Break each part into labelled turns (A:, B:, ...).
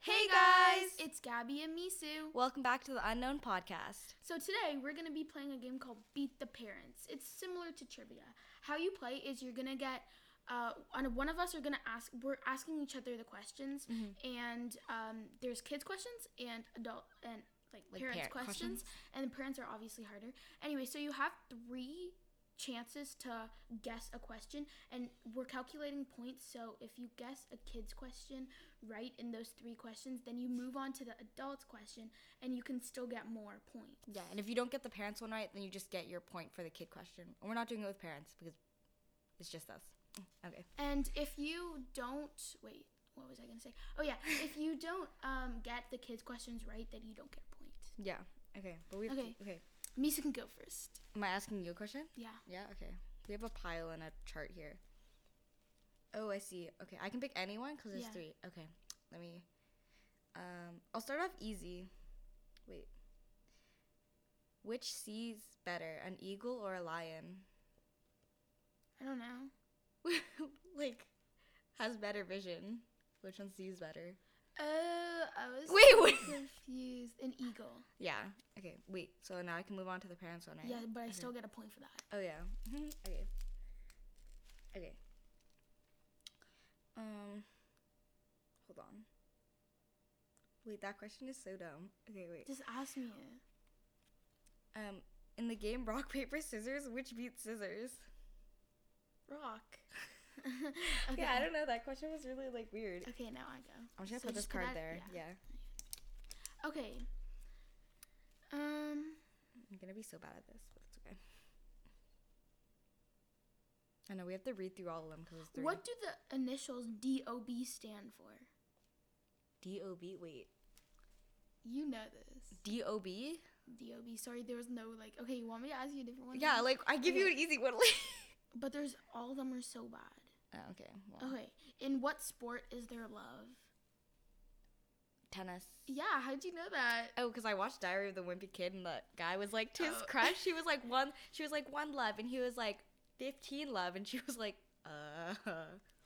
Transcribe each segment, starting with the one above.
A: Hey guys! It's Gabby and Misu.
B: Welcome back to the Unknown Podcast.
A: So today we're going to be playing a game called Beat the Parents. It's similar to trivia. How you play is you're going to get uh, on- one of us are going to ask we're asking each other the questions and um, there's kids questions and adult and like,
B: Like
A: parents
B: parent
A: questions, and the parents are obviously harder. Anyway, so you have 3 chances to guess a question and we're calculating points so if you guess a kid's question right in those three questions then you move on to the adult's question and you can still get more points
B: Yeah, and if you don't get the parents one right, then you just get your point for the kid question. And we're not doing it with parents because it's just us. Okay.
A: and if you don't wait what was i going to say oh yeah if you don't um, get the kids questions right then you don't get a point
B: Yeah. Okay. But we
A: Okay.
B: okay.
A: misa can go first
B: Am I asking you a question?
A: yeah
B: Yeah, okay. We have a pile and a chart here. Oh, I see. Okay, I can pick anyone because there's
A: Yeah.
B: three. Okay, let me. Um, I'll start off easy. Wait. Which sees better, an eagle or a lion?
A: i don't know
B: like, has better vision. Which one sees better?
A: oh i was
B: Wait, wait.
A: confused an eagle
B: Yeah. Okay. Wait. So now I can move on to the parents one, right?
A: yeah but i still get a point for that
B: Oh yeah. okay. Okay. Um hold on. Wait, that question is so dumb. Okay, wait.
A: just ask me it
B: Um in the game rock paper scissors, which beats scissors?
A: Rock.
B: Yeah, I don't know. That question was really like weird.
A: Okay, now I go.
B: I'm just gonna
A: So
B: put this
A: just put
B: card
A: that-
B: there. Yeah.
A: yeah. Okay. Um.
B: I'm gonna be so bad at this, but it's okay. I know we have to read through all of them because it's three.
A: What do the initials DOB stand for?
B: D O B wait.
A: You know this.
B: D O B?
A: DOB. Sorry, there was no like. Okay, you want me to ask you a different one?
B: Yeah, like I give you
A: Okay.
B: an easy one.
A: But there's all of them are so bad.
B: oh, okay. Well,
A: Okay. In what sport is there love?
B: Tennis.
A: Yeah. How'd you know that?
B: Oh, because I watched Diary of the Wimpy Kid, and that guy was like to his
A: Oh.
B: crush. She was like one. She was like one love, and he was like fifteen love, and she was like, uh.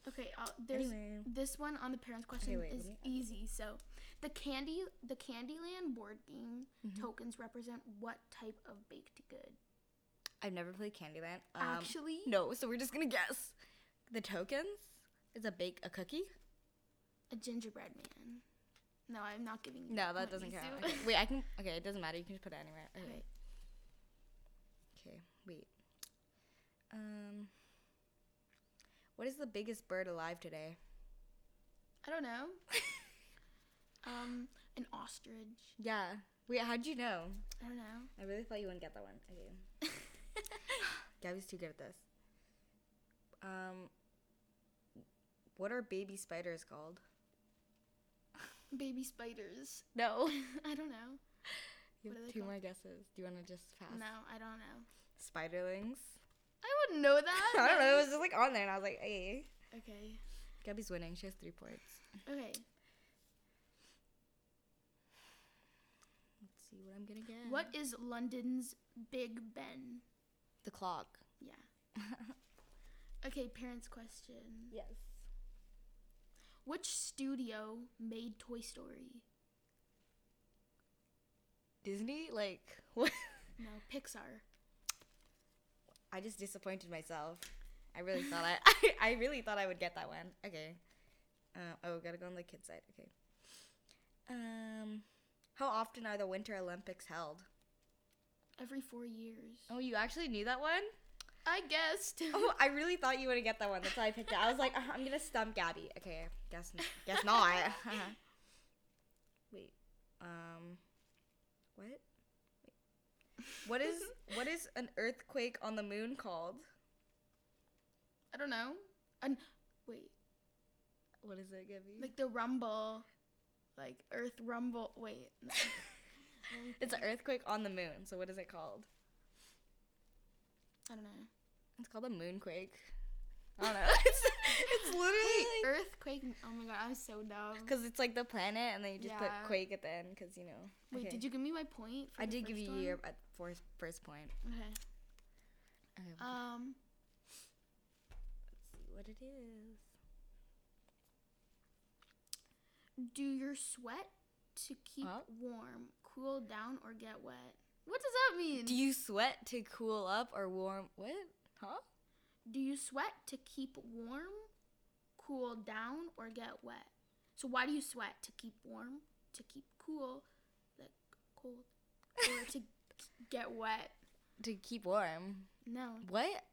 A: Okay. I'll, there's
B: Anyway.
A: this one on the parents' question
B: wait, let
A: is
B: me add
A: easy. So, the candy the Candyland board game
B: Mm-hmm.
A: tokens represent what type of baked good?
B: I've never played Candyland. Um,
A: Actually-
B: no. So we're just gonna guess. The tokens is a bake a cookie.
A: A gingerbread man. No, I'm not giving you.
B: No,
A: my
B: that doesn't count.
A: mizu.
B: Okay, Wait, I can. Okay, it doesn't matter. You can just put it anywhere. Okay.
A: Okay.
B: Okay. Wait. Um. What is the biggest bird alive today?
A: I don't know. Um, an ostrich.
B: yeah. Wait. How'd you know?
A: I don't know.
B: I really thought you wouldn't get that one. Okay. Gabby's too good at this. Um, what are baby spiders called?
A: Baby spiders.
B: No.
A: I don't know.
B: You
A: What are
B: have
A: they
B: two
A: called?
B: more guesses. Do you want to just pass?
A: No, I don't know.
B: Spiderlings.
A: I wouldn't know that.
B: I don't know. It was just like on there, and I was like, hey.
A: Okay.
B: Gabby's winning. She has three points.
A: Okay.
B: Let's see what I'm gonna get.
A: What is London's Big Ben?
B: The clock.
A: Yeah. okay, parents' question.
B: Yes.
A: Which studio made Toy Story?
B: Disney. Like what?
A: No, Pixar.
B: I just disappointed myself. I really thought I, I, really thought I would get that one. Okay. Uh, oh, gotta go on the kid side. Okay. Um, how often are the Winter Olympics held?
A: Every four years.
B: Oh, you actually knew that one?
A: I guessed.
B: Oh, I really thought you would have get that one. That's why I picked it. I was like, uh, I'm gonna stump Gabby. Okay, guess guess not. Uh-huh. Wait. Um, what? Wait. What is what is an earthquake on the moon called?
A: I don't know. An wait,
B: What is it, Gabby?
A: like the rumble, like Earth rumble. Wait, no.
B: It's an earthquake on the moon. So what is it called?
A: I don't know.
B: It's called a moonquake. I don't know. it's, it's literally
A: Earthquake. Oh my god, I'm so dumb.
B: because it's like the planet, and then you just
A: Yeah.
B: put quake at the end because you know.
A: Wait,
B: Okay.
A: did you give me my point? for
B: I
A: the
B: did give
A: first
B: you
A: one?
B: your at first first point.
A: Okay.
B: Okay, let's
A: Um.
B: see what it is.
A: Do your sweat to keep
B: Up?
A: warm, cool down, or get wet? What does that mean?
B: Do you sweat to cool up or warm? What? Huh?
A: Do you sweat to keep warm, cool down, or get wet? So why do you sweat to keep warm, to keep cool, like cold, or to get wet?
B: To keep warm.
A: No,
B: What?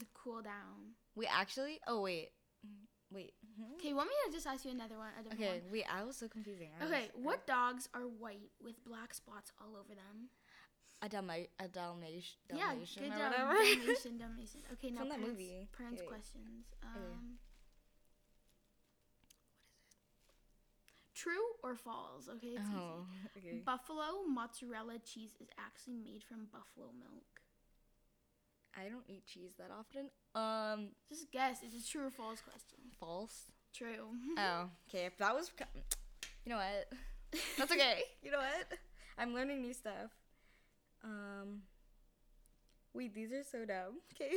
A: to cool down.
B: We actually. Oh wait. Mm, Wait. Hmm?
A: Okay, want me to just ask you another one? A different
B: Okay. Wait. I was so confusing. I
A: one. Okay,
B: was-
A: what dogs are white with black spots all over them?
B: A Dalmatian. A Dalmatian. Dalmatian
A: yeah, good
B: or
A: job.
B: whatever.
A: Dalmatian, Dalmatian. Okay, now
B: from that
A: parents,
B: movie.
A: parents'
B: Okay.
A: questions. Um, True or false? Okay, it's
B: oh.
A: easy.
B: Okay.
A: Buffalo mozzarella cheese is actually made from buffalo milk.
B: I don't eat cheese that often. Um.
A: Just guess. It's a true or false question.
B: False.
A: True.
B: Oh. Okay. If that was. co- You know what? That's okay. you know what? I'm learning new stuff. Um. Wait, these are so dumb. Okay.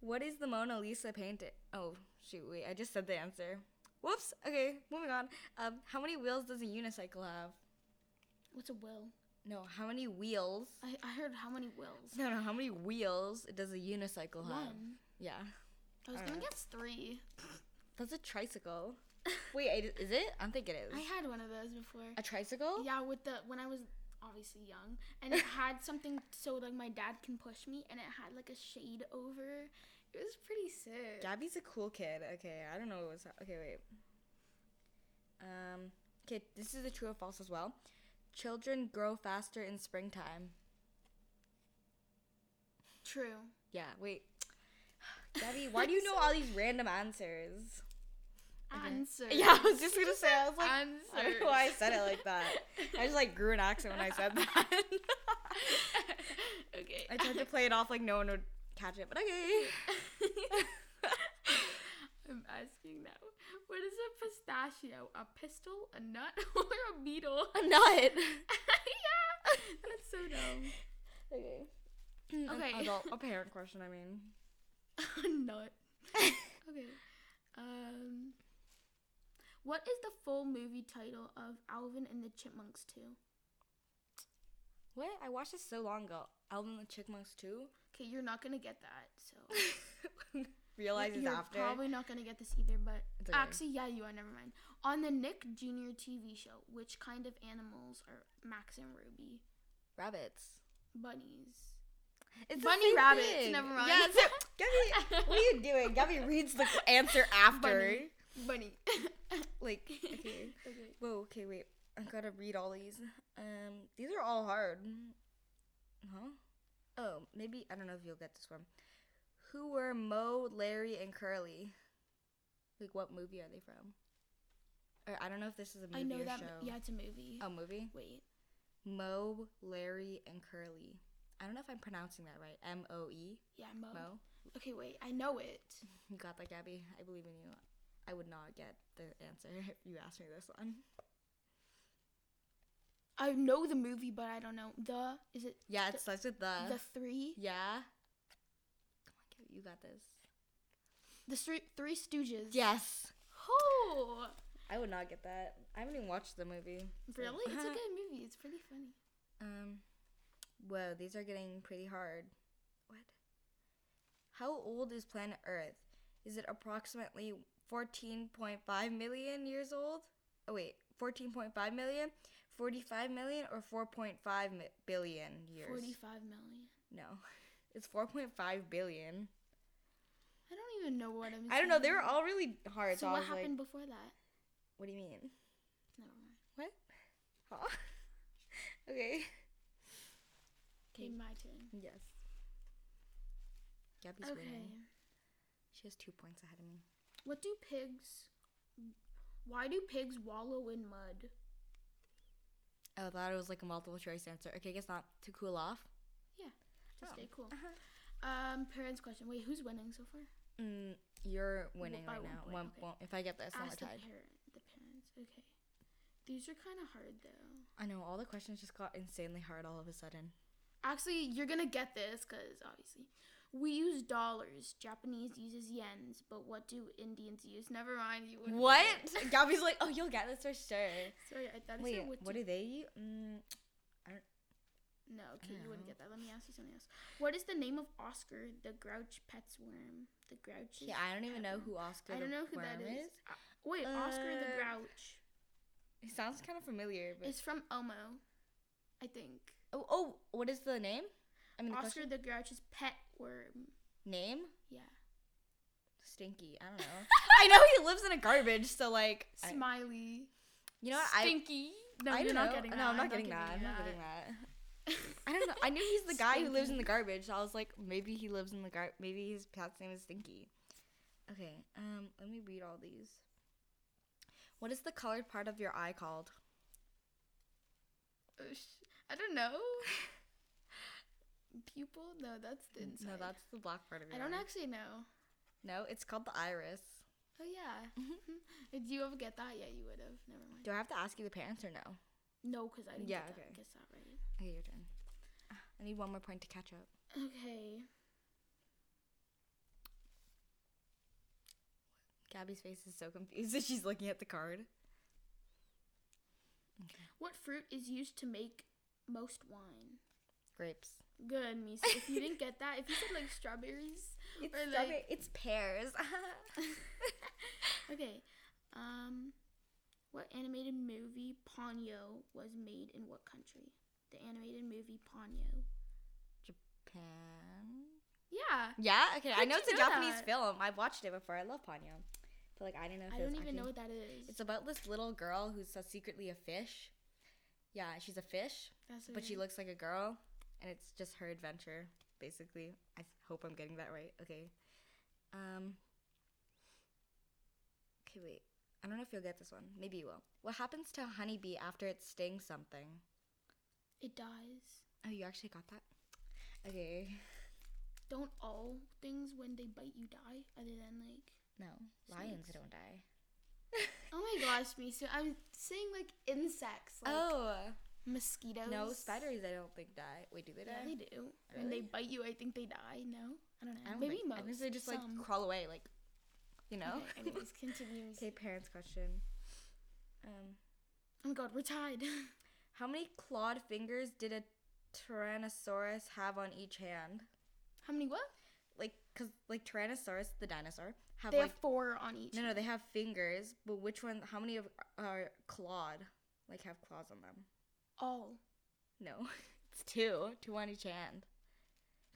B: what is the Mona Lisa painted? Oh, shoot, wait. I just said the answer. Whoops. Okay, moving on. Um, how many wheels does a unicycle have?
A: What's a will?
B: No, how many wheels?
A: I, I heard how many wills?
B: No, no, how many wheels does a unicycle have?
A: One.
B: Yeah.
A: I was
B: I
A: gonna
B: dunno.
A: guess three.
B: That's a tricycle. wait, I- is it? I don't think it is.
A: I had one of those before.
B: a tricycle?
A: Yeah, with the when I was obviously young, and it had something so like my dad can push me, and it had like a shade over. It was pretty sick.
B: Gabby's a cool kid. Okay, I don't know what was. Okay, wait. Um. Okay, this is a true or false as well. Children grow faster in springtime.
A: True.
B: Yeah. Wait. Gabby, why do you know all these random answers?
A: Answer.
B: Yeah, I was just gonna say. I was like,
A: Answer.
B: I don't know why I said it like that. I just like grew an accent when I said that.
A: okay.
B: I tried to play it off like no one would catch it, but okay.
A: I'm asking now. What is a pistachio? A pistol, a nut, or a beetle?
B: a nut.
A: yeah, that's so dumb.
B: Okay.
A: Okay.
B: An Mm, adult, a parent question. I mean.
A: A nut. Okay. Um. What is the full movie title of Alvin and the Chipmunks 2?
B: What? I watched this so long ago. Alvin and the Chipmunks too.
A: Okay, you're not gonna get that, so
B: Realizes
A: you're
B: after.
A: probably not gonna get this either. But
B: It's okay.
A: actually, yeah, you are. Never mind. On the Nick Jr. TV show, which kind of animals are Max and Ruby?
B: Rabbits.
A: Bunnies.
B: It's
A: Bunny
B: same
A: rabbits, never mind.
B: Yeah, so, Gabby, what are you doing? Gabby reads the answer after.
A: Bunny. Bunny.
B: Like, okay.
A: okay.
B: Whoa, okay, wait. I gotta read all these. Um, these are all hard. Huh? Oh, maybe I don't know if you'll get this one. Who were Mo, Larry, and Curly? Like, what movie are they from? Or I don't know if this is a movie
A: I know
B: or
A: that.
B: show.
A: Yeah, it's a movie.
B: Oh, movie.
A: Wait.
B: Mo, Larry, and Curly. I don't know if I'm pronouncing that right. M O E.
A: Yeah, Mo.
B: Mo.
A: Okay, wait. I know it.
B: You got that, Gabby. I believe in you. I would not get the answer if you asked me this one.
A: I know the movie, but I don't know the. Is it
B: Yeah,
A: The-
B: it starts with the.
A: the three?
B: yeah. Come on, Gabby. You got this.
A: The three, three Stooges.
B: Yes.
A: Oh,
B: I would not get that. I haven't even watched the movie.
A: really? It's
B: Uh-huh.
A: a good movie. It's pretty funny.
B: Um. Whoa, these are getting pretty hard. What? How old is planet Earth? Is it approximately 14.5 million years old? Oh, wait, 14.5 million, 45 million, or 4.5 mi- billion years?
A: Forty-five million.
B: No, it's 4.5 billion.
A: I don't even know what I'm.
B: I don't know, they
A: saying.
B: were all really hard. So,
A: So
B: I
A: what
B: was
A: happened
B: like,
A: before that?
B: what do you mean?
A: Never mind.
B: What? Huh? okay.
A: Okay, my turn.
B: Yes. Gabby's
A: Okay.
B: winning. She has two points ahead of me.
A: What do pigs? Why do pigs wallow in mud?
B: Oh, that was like a multiple choice answer. Okay, guess not. To cool off.
A: To
B: Oh. uh-huh.
A: stay cool. Um, parents' question. Wait, who's winning so far?
B: Mm, you're winning
A: by
B: right
A: one
B: now.
A: point,
B: One
A: okay.
B: point. If I get this, I'm
A: Ask the
B: tied.
A: parent. The parents. Okay. These are kind of hard though.
B: I know all the questions just got insanely hard all of a sudden.
A: Actually, you're gonna get this because obviously. We use dollars. Japanese uses yens, but what do Indians use? Never mind. You wouldn't
B: What?
A: get it.
B: Gabby's like, oh, you'll get this for sure.
A: Sorry, I thought I
B: Wait,
A: said what,
B: what
A: do
B: do they use? Mm,
A: No, okay, you wouldn't
B: know.
A: get that. Let me ask you something else. What is the name of Oscar the Grouch pet's worm? The Grouch.
B: yeah, I don't even know who Oscar.
A: I don't
B: the
A: know who that
B: Worm
A: is. Uh, wait, Oscar the
B: Uh,
A: Grouch
B: He sounds kind of familiar, but
A: is from Elmo, I think.
B: oh, oh, what is the name? I mean, the
A: Oscar
B: question-
A: the Grouch's pet worm.
B: name
A: Yeah.
B: Stinky. I don't know. I know he lives in a garbage, so like, I,
A: Smiley.
B: you know what? I
A: Stinky. no,
B: I
A: you're
B: don't
A: not
B: know.
A: getting that.
B: No, I'm not getting that. I'm
A: you
B: not getting that. I don't know. I knew he's the guy who lives in the garbage. So I was like, maybe he lives in the gar. Maybe his cat's name is Stinky. Okay. Um. Let me read all these. What is the colored part of your eye called?
A: Uh, sh- I don't know. Pupil? No, that's the inside.
B: No, that's the black part of your.
A: I don't
B: eye.
A: actually know.
B: No, it's called the iris.
A: Oh yeah. Did you ever get that? Yeah, you would have. Never mind.
B: Do I have to ask you the parents or no?
A: No, because I didn't
B: Yeah,
A: get that.
B: okay.
A: Guess that right.
B: Okay, your turn. Ah, I need one more point to catch up.
A: Okay.
B: Gabby's face is so confused that she's looking at the card.
A: What fruit is used to make most wine?
B: Grapes.
A: Good, Misa. If you didn't get that, if you said like strawberries
B: It's,
A: or
B: strawberry-
A: like
B: it's pears.
A: okay, um, what animated movie Ponyo was made in what country? The animated movie Ponyo.
B: Pan.
A: Yeah,
B: Yeah. Okay. I
A: How'd
B: know
A: you
B: it's a
A: know
B: Japanese
A: that?
B: film. I've watched it before. I love Ponyo, but like I didn't know. If
A: I
B: it was
A: don't even know
B: actually-
A: what that is.
B: It's about this little girl who's uh, secretly a fish. Yeah, she's a fish,
A: That's
B: but she
A: weird.
B: looks like a girl, and it's just her adventure, basically. I s- hope I'm getting that right. Okay. Um. Okay, wait. I don't know if you'll get this one. Maybe you will. What happens to a honeybee after it stings something?
A: it dies.
B: Oh, you actually got that. Okay.
A: Don't all things when they bite you die? Other than like,
B: No, lions
A: Snakes.
B: don't die.
A: oh my gosh, Misa, I'm saying like insects, like
B: oh.
A: mosquitoes.
B: No, spiders I don't think die. Wait, do they die?
A: Yeah, they do. When
B: Really?
A: they bite you, I think they die. No, I don't know.
B: I don't
A: Maybe
B: think,
A: most.
B: I think they just
A: some.
B: like crawl away, like you know.
A: Okay, anyways, continue.
B: Okay, parents question. Um,
A: Oh my god, we're tied.
B: how many clawed fingers did a Tyrannosaurus have on each hand?
A: How many? What?
B: Like, cause like Tyrannosaurus, the dinosaur, have
A: They
B: like
A: have four on each.
B: no, no, they have fingers, but which one? How many of are clawed? Like have claws on them?
A: all.
B: No, it's two, two on each hand.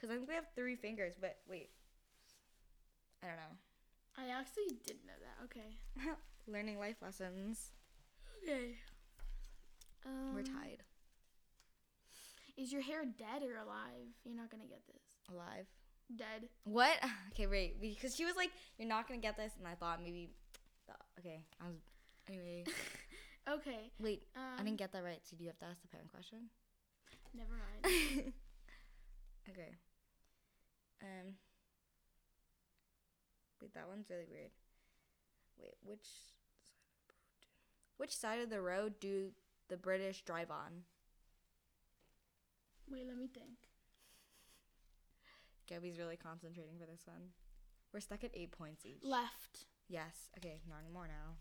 B: Cause I think they have three fingers, but wait, I don't know.
A: I actually didn't know that. Okay.
B: Learning life lessons.
A: Okay. Um,
B: We're tied.
A: Is your hair dead or alive? You're not gonna get this.
B: Alive.
A: Dead.
B: What? Okay, wait. Because she was like, "You're not gonna get this," and I thought maybe. Okay, I was. Anyway,
A: Okay.
B: wait.
A: Um,
B: I didn't get that right. So do you have to ask the parent question?
A: Never mind.
B: okay. Um. Wait, that one's really weird. Wait, which which side of the road do the British drive on?
A: Wait, let me think.
B: Gabby's really concentrating for this one. We're stuck at eight points each.
A: Left,
B: Yes. Okay. Not anymore now.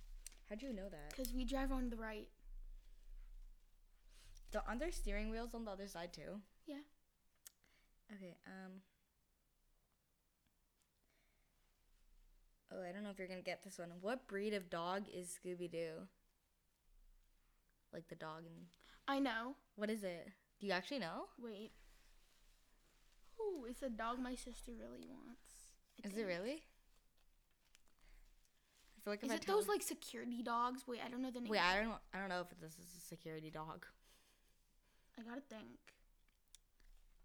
B: How'd you know that?
A: because we drive on the right.
B: The on their steering wheels on the other side too.
A: Yeah.
B: Okay. Um. Oh, I don't know if you're gonna get this one. What breed of dog is Scooby Doo? Like the dog and
A: I know.
B: what is it? Do you actually know?
A: Wait. Ooh, it's a dog my sister really wants. I
B: Is it
A: think.
B: really? I feel like if
A: Is
B: I
A: it
B: tell-
A: those like security dogs? Wait, I don't know the name.
B: Wait, I don't. I don't know if this is a security dog.
A: I gotta think.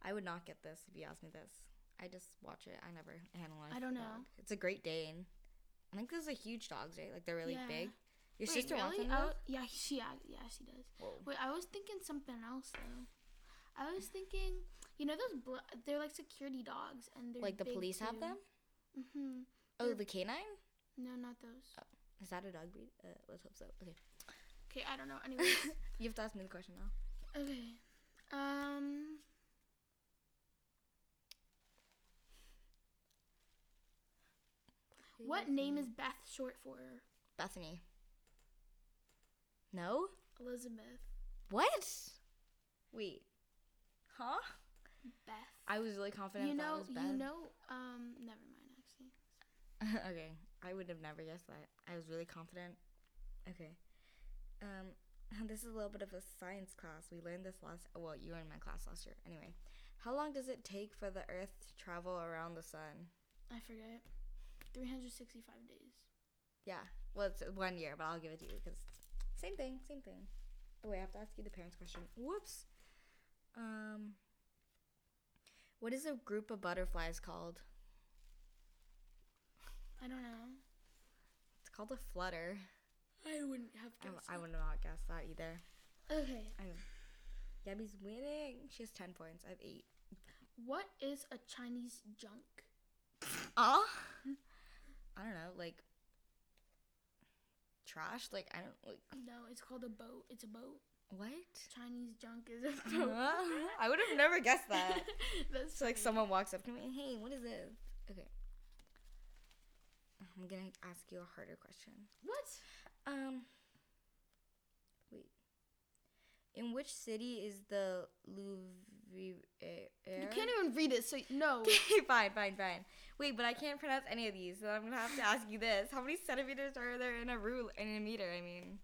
B: I would not get this if you asked me this. I just watch it. I never analyze.
A: I don't
B: the
A: know.
B: dog. It's a Great Dane. I think those are huge dogs, right? Like they're really
A: Yeah.
B: big. Your
A: Wait,
B: sister wants
A: really?
B: one.
A: Oh. I
B: of
A: wa-
B: those?
A: yeah, she yeah, yeah, she does.
B: Whoa.
A: Wait, I was thinking something else though. I was thinking, you know, those bl- they're like security dogs, and they're
B: Like the police have them.
A: Mm-hmm.
B: Oh,
A: They're-
B: the canine.
A: No, not those.
B: Oh. Is that a dog breed? Uh, let's hope so. Okay.
A: Okay, I don't know. Anyways,
B: You have to ask me the question now.
A: okay. Um, What name is Beth short for?
B: Bethany. No?
A: Elizabeth.
B: What? Wait. Huh?
A: Beth.
B: I was really confident
A: You
B: that
A: know,
B: was Beth.
A: you know, um, never mind, actually.
B: okay. I would have never guessed that. I was really confident. Okay. Um, this is a little bit of a science class. We learned this last. Well, you were in my class last year. Anyway, how long does it take for the Earth to travel around the sun?
A: I forget. 365 days.
B: Yeah. Well, it's one year, but I'll give it to you because same thing, same thing. Oh wait, I have to ask you the parents question. Whoops. Um. What is a group of butterflies called?
A: I don't know.
B: It's called a flutter.
A: I wouldn't have
B: I, w-
A: guessed.
B: I would not guess that either.
A: okay.
B: I Gabby's winning. She has 10 points. I have 8.
A: What is a Chinese junk?
B: Ah? I don't know. Like, trash? Like, I don't, like,
A: No, it's called a boat. It's a boat.
B: what?
A: Chinese junk is a boat.
B: Huh? I would have never guessed that.
A: That's
B: So, like,
A: funny.
B: someone walks up to me, hey, what is this? Okay. I'm gonna ask you a harder question.
A: What?
B: Um, wait. In which city is the Louvre? eh,
A: You can't even read it, so no.
B: Okay, fine, fine, fine. Wait, but I can't pronounce any of these, so I'm gonna have to ask you this: How many centimeters are there in a rule in a meter? I mean,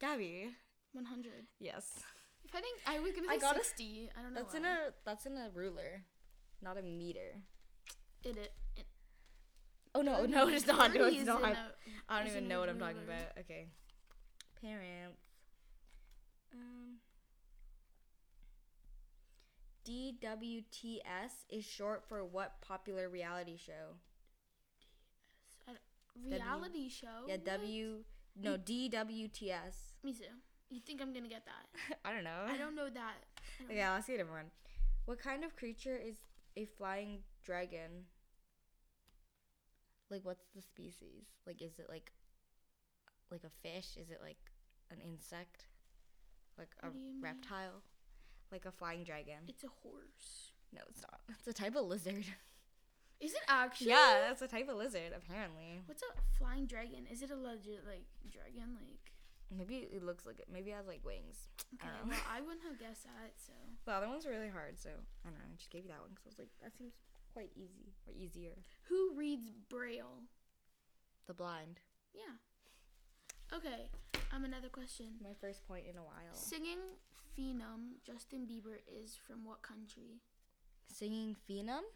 B: Gabby.
A: 100.
B: Yes.
A: If I think I was gonna
B: I
A: say
B: gotta-
A: 60. I don't know.
B: That's in
A: why.
B: a that's in a ruler, not a meter.
A: It, it, it,
B: Oh no, no, it's not. No,
A: 30
B: it's
A: is
B: not.
A: in
B: I
A: a-
B: I don't
A: is
B: even
A: in
B: know
A: a
B: what I'm talking
A: ruler.
B: about. Okay. Parents. Um. DWTS is short for what popular reality show?
A: reality show.
B: Yeah,
A: What?
B: W. No, DWTS.
A: Me too. You think I'm gonna get that?
B: I don't know.
A: I don't know that. I don't
B: Okay, I'll ask you a different one. What kind of creature is a flying dragon? Like, what's the species? Like, is it like, like a fish? Is it like an insect? Like a
A: What do you mean?
B: reptile? Like a flying dragon?
A: It's a horse.
B: No, it's not. It's a type of lizard.
A: Is it actually?
B: yeah, it's a type of lizard. Apparently,
A: What's a flying dragon? Is it a legit like dragon? Like
B: maybe it looks like it. Maybe it has like wings. I
A: okay,
B: don't know.
A: well I wouldn't have guessed that. So
B: The other one's really hard, so I don't know. I just gave you that one because I was like, that seems quite easy or easier.
A: who reads braille?
B: The blind.
A: Yeah. Okay. Um, another question.
B: My first point in a while.
A: Singing phenom Justin Bieber is from what country?
B: Singing Phenom?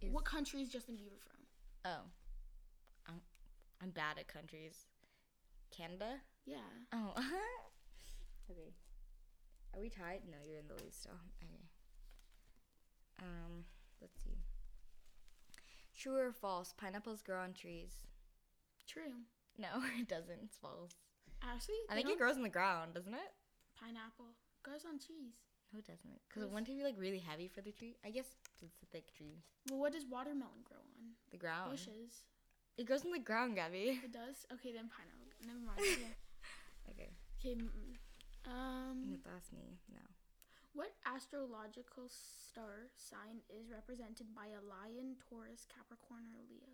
B: Is-
A: What country is Justin Bieber from?
B: Oh. I'm, I'm bad at countries. Canada?
A: Yeah.
B: Oh. okay. Are we tied? No, you're in the lead still. Okay. Um, let's see. True or false? Pineapples grow on trees.
A: True.
B: No, it doesn't. It's false.
A: Actually,
B: I
A: they
B: think it
A: don't-
B: grows in the ground, doesn't it?
A: pineapple goes on cheese.
B: No, it doesn't. Because wouldn't it be like really heavy for the tree? I guess it's a thick tree.
A: Well, what does watermelon grow on?
B: The ground.
A: Bushes.
B: It grows in the ground, Gabby.
A: It does. Okay, then pineapple. Never mind. Yeah.
B: Okay.
A: Okay. mm, mm. Um,
B: That's me. No.
A: what astrological star sign is represented by a lion, Taurus, Capricorn, or Leo?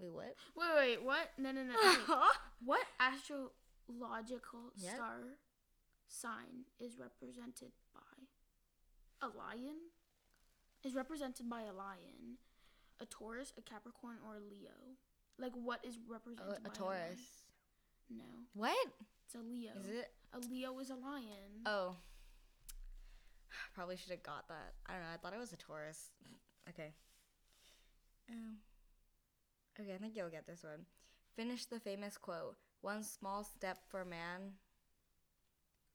B: Wait, what?
A: Wait, wait, what? No,
B: Oh,
A: no, no. okay. What astrological
B: Yep.
A: star sign is represented by a lion? Is represented by a lion, a Taurus, a Capricorn, or a Leo? Like what is represented by
B: Uh, a
A: lion?
B: Taurus.
A: No,
B: What?
A: it's a Leo.
B: Is it?
A: A Leo is a lion.
B: Oh. Probably should have got that. I don't know. I thought it was a Taurus. Okay. Um. Okay, I think you'll get this one. Finish the famous quote. One small step for man.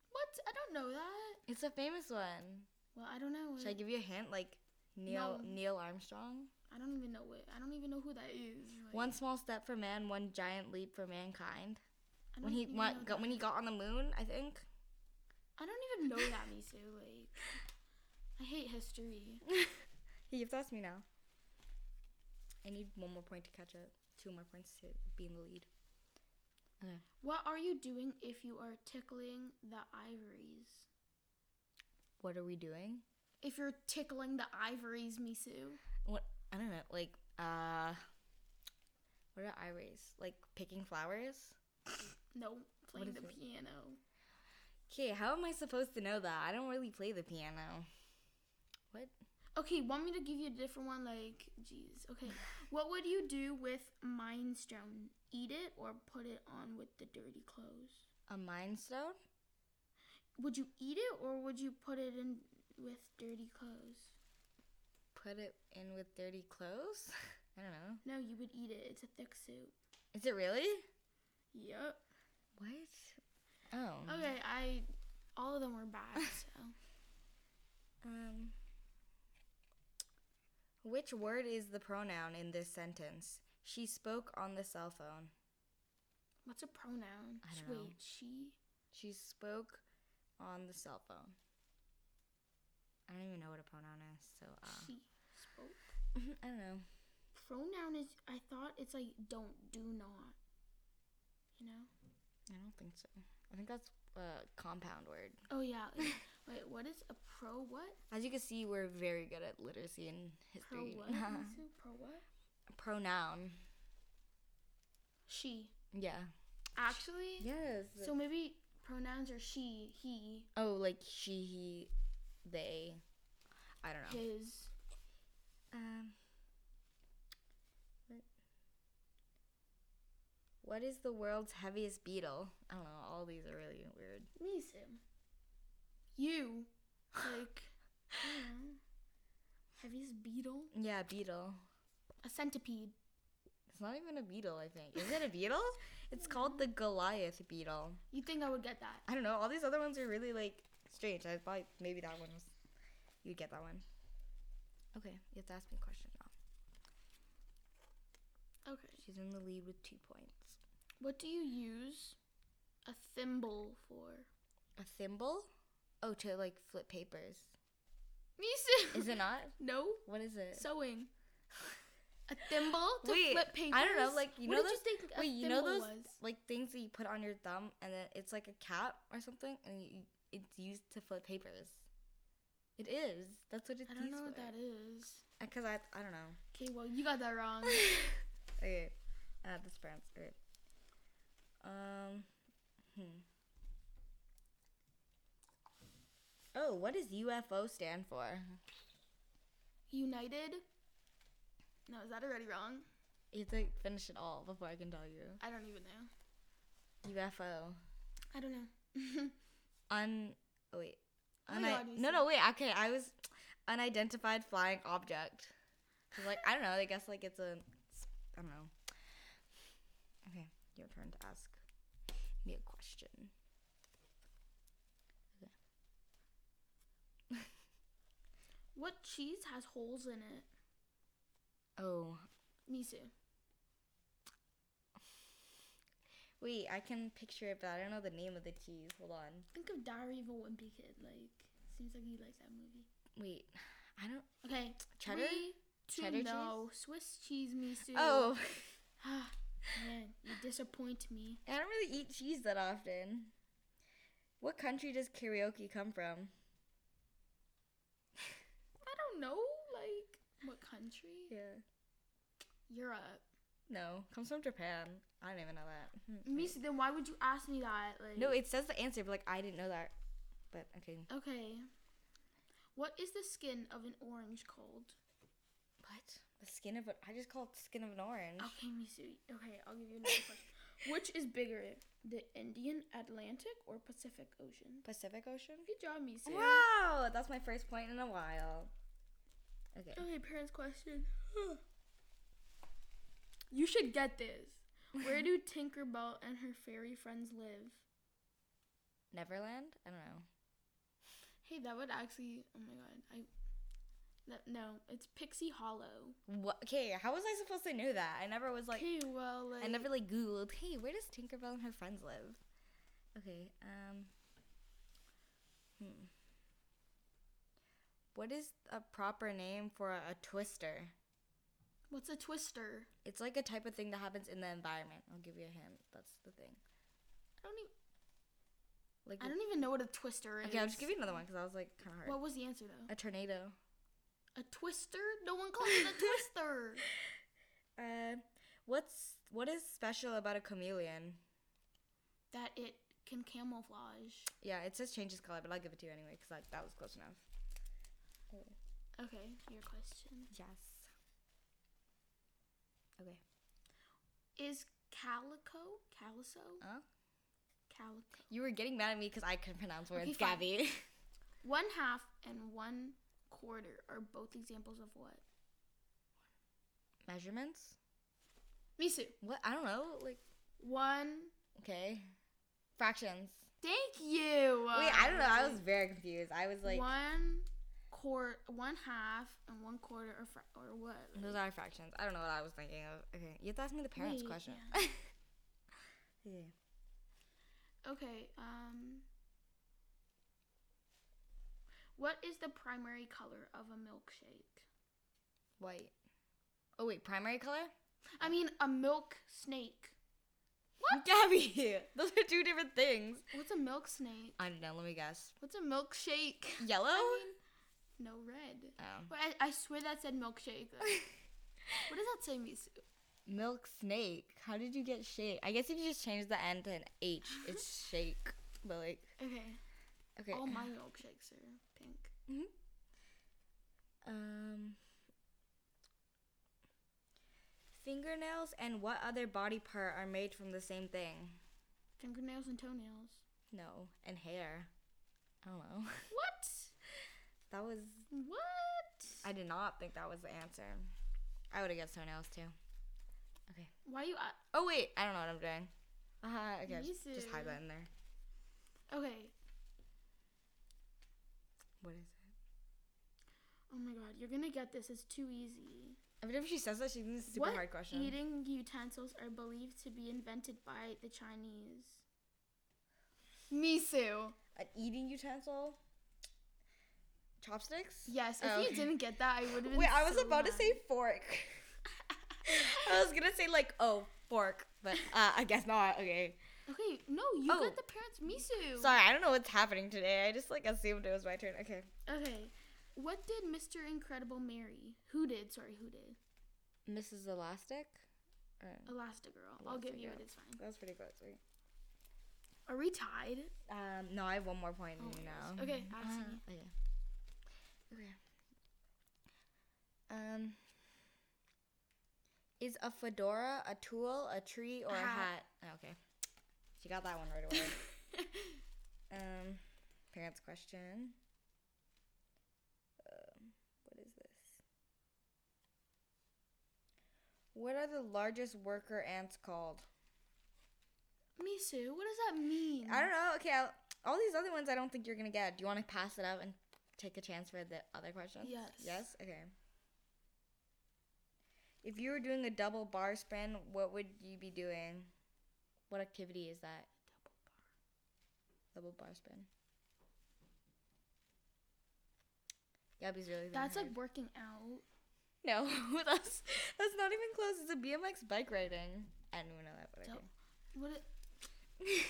A: What? I don't know that.
B: It's a famous one.
A: Well, I don't know.
B: Should I
A: It.
B: give you a hint? Like Neil
A: No.
B: Neil Armstrong.
A: I don't even know it. I don't even know who that is. Like,
B: One small step for man, one giant leap for mankind.
A: I
B: When
A: don't
B: he
A: even know
B: went,
A: that.
B: got, when he got on the moon, I think.
A: I don't even know that, Misu. Like, I hate history.
B: Hey, you've asked me now. I need one more point to catch up. Two more points to be in the lead.
A: What are you doing if you are tickling the ivories?
B: What are we doing?
A: If you're tickling the ivories, Misu.
B: What I don't know. Like Uh, what did I raise? Like picking flowers?
A: No, playing
B: is
A: the
B: it?
A: piano.
B: Okay, how am I supposed to know that? I don't really play the piano. What?
A: Okay, want me to give you a different one? Like, jeez. Okay, what would you do with mine stone? Eat it or put it on with the dirty clothes?
B: A mind stone?
A: Would you eat it or would you put it in with dirty clothes?
B: Put it in with dirty clothes? I don't know.
A: No, you would eat it. It's a thick soup.
B: Is it really?
A: Yep.
B: What? Oh.
A: Okay, I. All of them were bad. So
B: Um. Which word is the pronoun in this sentence? She spoke on the cell phone.
A: what's a pronoun?
B: I don't
A: Wait,
B: know.
A: she.
B: She spoke on the cell phone. I don't even know what a pronoun is, so uh,
A: She spoke.
B: I don't know.
A: Pronoun is. I thought it's like don't, do not. You know.
B: I don't think so. I think that's a compound word.
A: Oh yeah. yeah. Wait, what is a pro what?
B: As you can see, we're very good at literacy and
A: Pro
B: history.
A: what? Misu? pro what?
B: pronoun.
A: She.
B: Yeah.
A: Actually.
B: Yes.
A: So maybe pronouns are she, he,
B: oh, like she, he, they. I don't know.
A: his.
B: Um. What? What is the world's heaviest beetle? I don't know. All these are really weird.
A: Misu. You. Like. you know, heaviest beetle.
B: Yeah, beetle.
A: A centipede.
B: It's not even a beetle. I think. Is it a beetle? It's called the Goliath beetle.
A: You think I would get that?
B: I don't know. All these other ones are really like strange. I thought maybe that one was. You'd get that one. Okay, you have to ask me a question now.
A: Okay.
B: She's in the lead with two points.
A: What do you use a thimble for?
B: A thimble? Oh, to like flip papers.
A: Misu.
B: Is it not?
A: no.
B: What is it?
A: Sewing. A thimble to
B: Wait,
A: flip papers.
B: I don't know, like, you
A: what
B: know
A: did
B: those-
A: you think a
B: Wait, you know
A: thimble
B: those
A: was?
B: like things that you put on your thumb and then it's like a cap or something and you, it's used to flip papers. It is. That's what it's
A: I don't
B: used
A: know
B: for.
A: what that is.
B: Because I, I don't know.
A: Okay, well, you got that wrong.
B: Okay. Uh, this brand's okay. Um. Hmm. Oh, what does UFO stand for?
A: United? No, is that already wrong?
B: You have to finish it all before I can tell you.
A: I don't even know.
B: UFO.
A: I don't know.
B: Un. Oh wait.
A: Oh my
B: Uni-
A: God,
B: no,
A: Mason.
B: no, wait. Okay, I was unidentified flying object. 'Cause, like I don't know. I guess like it's a. I don't know. Okay, your turn to ask me a question.
A: what cheese has holes in it?
B: Oh,
A: Misu.
B: wait. I can picture it, but I don't know the name of the cheese. Hold on.
A: Think of Diary of a Wimpy Kid. Like, seems like you like that movie.
B: Wait. I don't.
A: Okay.
B: Cheddar?
A: Three, two,
B: Cheddar
A: no. Swiss cheese, Misu.
B: Oh,
A: Ah, man, you disappoint me.
B: I don't really eat cheese that often. What country does karaoke come from?
A: I don't know, like, what country?
B: Yeah.
A: Europe.
B: No, comes from Japan. I don't even know that. Hmm, wait.
A: Misu, then why would you ask me that? Like,
B: No, it says the answer, but like I didn't know that. But okay.
A: Okay. What is the skin of an orange called?
B: What? The skin of a I just call it the skin of an orange.
A: Okay, Misu. Okay, I'll give you another question. Which is bigger, the Indian Atlantic or Pacific Ocean?
B: Pacific Ocean?
A: Good job, Misu.
B: Wow, that's my first point in a while. Okay.
A: Okay, parents' question. you should get this. Where do Tinkerbell and her fairy friends live?
B: Neverland? I don't know.
A: Hey, that would actually. Oh my god. I. That, no, it's Pixie Hollow.
B: What okay, how was I supposed to know that? I never was like
A: okay, well, like,
B: I never like Googled, hey, where does Tinkerbell and her friends live? Okay, um Hmm. What is a proper name for a, a twister?
A: What's a twister?
B: It's like a type of thing that happens in the environment. I'll give you a hint. That's the thing.
A: I don't even.
B: Like
A: I don't even know what a twister is.
B: okay, I'll just give you another one because I was like kind of hard.
A: What was the answer though?
B: a tornado.
A: A twister? No one calls it a twister.
B: Uh, what's what is special about a chameleon?
A: that it can camouflage.
B: Yeah, it says changes color, but I'll give it to you anyway because that was close enough.
A: Okay, your question
B: Yes. Okay.
A: is calico, caliso,
B: Oh,
A: calico.
B: you were getting mad at me because I couldn't pronounce words,
A: Okay, fine.
B: Gabby.
A: One half and one quarter are both examples of what?
B: Measurements?
A: Misu.
B: What? I don't know. Like,
A: One.
B: okay, fractions.
A: Thank you.
B: Wait, I don't know. I
A: um,
B: was very confused. I was like,
A: one quart, one half, and one quarter, or fra- or what?
B: those are fractions. I don't know what I was thinking of. Okay, you have to ask me the parents'
A: Wait,
B: question. yeah.
A: Okay. Um. What is the primary color of a milkshake?
B: White. Oh wait, primary color?
A: I mean, a milk snake.
B: Gabby, those are two different things.
A: What's a milk snake?
B: I don't know. Let me guess.
A: What's a milkshake?
B: Yellow.
A: I mean, no red.
B: oh.
A: Wait, I, I swear that said milkshake. what does that say, Misu?
B: Milk snake. How did you get shake? I guess if you just change the end to an H, it's shake. But like,
A: Okay.
B: okay.
A: All my milkshakes are pink.
B: Um, fingernails and what other body part are made from the same thing?
A: Fingernails and toenails.
B: No, and hair. I don't know.
A: What?
B: That was.
A: What?
B: I did not think that was the answer. I would have guessed toenails too.
A: Why you? a
B: Oh wait, I don't know what I'm doing. Uh huh. Okay, just, just hide
A: Easy.
B: that in there.
A: okay.
B: What is it?
A: Oh my god, you're gonna get this. It's too easy.
B: Every time she says that, she thinks it's a super
A: what
B: hard question.
A: eating utensils are believed to be invented by the Chinese? Misu.
B: An eating utensil. Chopsticks.
A: Yes. If
B: Oh,
A: you
B: okay.
A: didn't get that, I would have been.
B: Wait, I was
A: so
B: about to
A: mad.
B: say fork. I was gonna say like oh fork, but uh, I guess not. Okay,
A: Okay, no, you
B: Oh.
A: got the parents Misu.
B: sorry. I don't know what's happening today. I just like assumed it was my turn. Okay,
A: Okay. What did Mr. Incredible marry? Who did? Sorry, who did?
B: Mrs. Elastic.
A: Elastigirl. I'll give you it.
B: Elastigirl.
A: It's fine.
B: That was pretty close. Wait.
A: Are we tied?
B: Um, no, I have one more point.
A: Oh
B: you
A: my
B: know.
A: gosh. Okay, ask me.
B: okay. Okay. Um. Is a fedora a tool, a tree, or a,
A: A
B: hat?
A: hat.
B: Oh, okay. She got that one right away. Um, parents' question. Um, what is this? What are the largest worker ants called?
A: Misu, what does that mean?
B: I don't know. Okay, I'll, all these other ones I don't think you're gonna get. Do you want to pass it up and take a chance for the other questions?
A: Yes.
B: Yes. Okay. If you were doing a double bar spin, what would you be doing? What activity is that? Double bar spin. Gabby's really. thinking
A: That's
B: hard.
A: like working out.
B: No, that's that's not even close. It's a BMX bike riding. I didn't even know that, but
A: Dou-
B: okay.
A: What it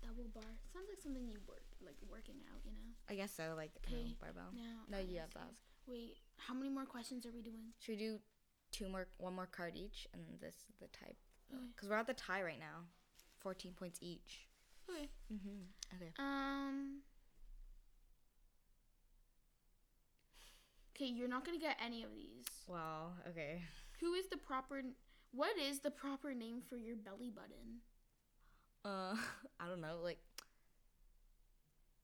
A: double bar. Sounds like something you work like working out, you know?
B: I guess so. Like I don't know,
A: Okay.
B: barbell.
A: Now
B: No,
A: I
B: you
A: guess-
B: have to ask.
A: Wait, how many more questions are we doing?
B: Should we do two more, one more card each, and then this is the type?
A: Okay.
B: Because we're at the tie right now, fourteen points each.
A: Okay.
B: Mm-hmm. Okay.
A: Um Okay, you're not gonna get any of these.
B: Wow. Okay.
A: Who is the proper n- what is the proper name for your belly button?
B: Uh, I don't know. Like,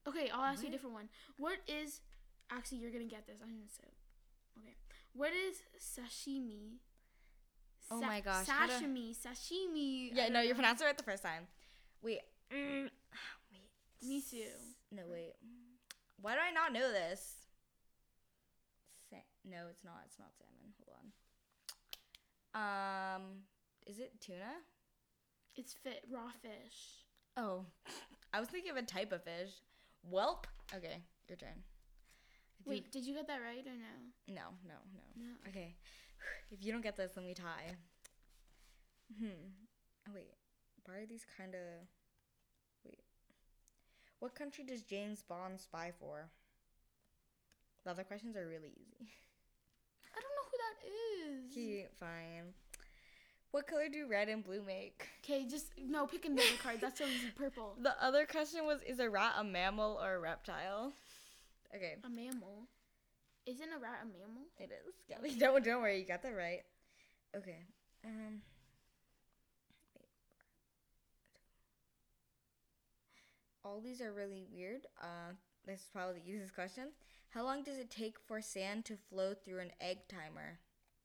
A: Okay, I'll ask you a
B: What?
A: different one. What is actually you're gonna get this, I'm gonna say Okay. What is sashimi?
B: Oh
A: Sa-
B: my gosh, how do-
A: Sashimi, sashimi. I
B: yeah.
A: don't
B: No, you
A: know.
B: pronounced it right the first time. Wait. Mm, wait.
A: Me too.
B: No wait. Why do I not know this? Sa- no, it's not. It's not salmon. Hold on. Um, is it tuna?
A: It's fit raw fish.
B: Oh, I was thinking of a type of fish. Whelp. Okay, your turn. If you-
A: Wait, did you get that right or no?
B: no, no, no.
A: No.
B: Okay. If you don't get this, then we tie. Hmm. Oh wait. Why are these kind of? Wait. What country does James Bond spy for? The other questions are really easy.
A: I don't know who that is.
B: Cute, fine. What color do red and blue make?
A: Okay, just no, pick another card. That's so easy. Purple.
B: The other question was is a rat a mammal or a reptile? Okay,
A: A mammal. Isn't a rat a mammal?
B: it is. Gabby. Don't don't worry, you got that right. Okay. Um All these are really weird. Uh, this is probably the easiest question. How long does it take for sand to flow through an egg timer?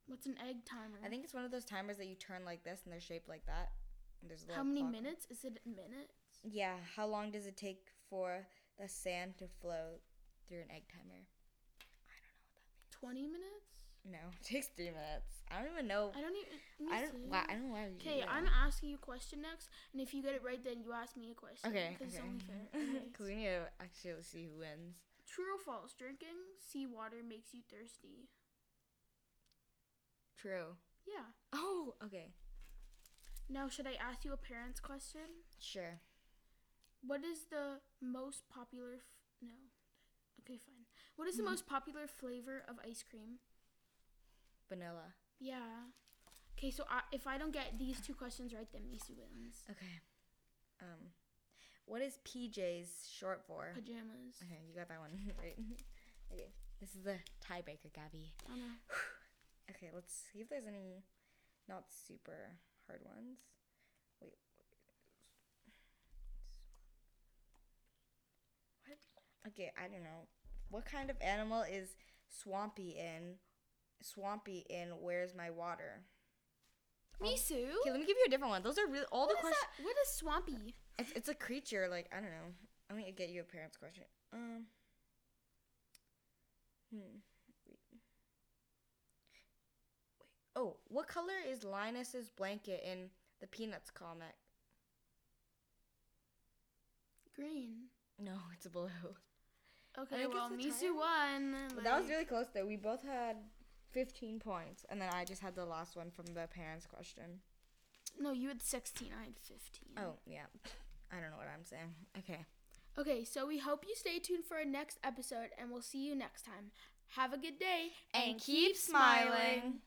A: What's an egg timer?
B: I think it's one of those timers that you turn like this and they're shaped like that. And there's a
A: How
B: little
A: many
B: clock.
A: minutes? Is it minutes?
B: Yeah, how long does it take for the sand to flow through an egg timer? I
A: 20 minutes?
B: don't know. No, it takes three minutes. I don't even know.
A: I don't even.
B: I don't. Why, I don't know why. you
A: Okay,
B: do
A: I'm
B: that.
A: asking you a question next, and if you get it right, then you ask me a question.
B: Okay.
A: Because it's
B: okay.
A: only fair.
B: Because we need to actually see who wins.
A: True or false? Drinking seawater makes you thirsty.
B: True.
A: Yeah.
B: Oh, okay.
A: Now, should I ask you a parents question?
B: Sure.
A: What is the most popular? F- no. Okay, fine. What is the
B: Mm-hmm.
A: most popular flavor of ice cream?
B: Vanilla.
A: Yeah. Okay, so I, if I don't get these two questions right, then Misu wins.
B: Okay. Um, what is PJ's short for?
A: Pajamas.
B: Okay, you got that one right. Okay, this is the tiebreaker, Gabby.
A: I don't know.
B: Okay, let's see if there's any not super hard ones. Wait. What? Okay, I don't know. What kind of animal is swampy in? Swampy in Where's My Water?
A: Misu?
B: Okay, let me give you a different one. Those are really all the
A: What is
B: questions.
A: that? What is swampy?
B: It's, it's a creature, like, I don't know. I'm gonna get you a parent's question. Um. Hmm. Wait. Wait. Oh, what color is Linus's blanket in the Peanuts comic?
A: Green.
B: No, it's blue.
A: Okay,
B: think it's
A: well,
B: the
A: Misu
B: tile.
A: won.
B: But that was
A: like-
B: really close, though. We both had 15 points, and then I just had the last one from the parents' question.
A: No, you had 16. I had 15.
B: Oh, yeah. I don't know what I'm saying. Okay.
A: Okay, so we hope you stay tuned for our next episode, and we'll see you next time. Have a good day
B: And keep smiling.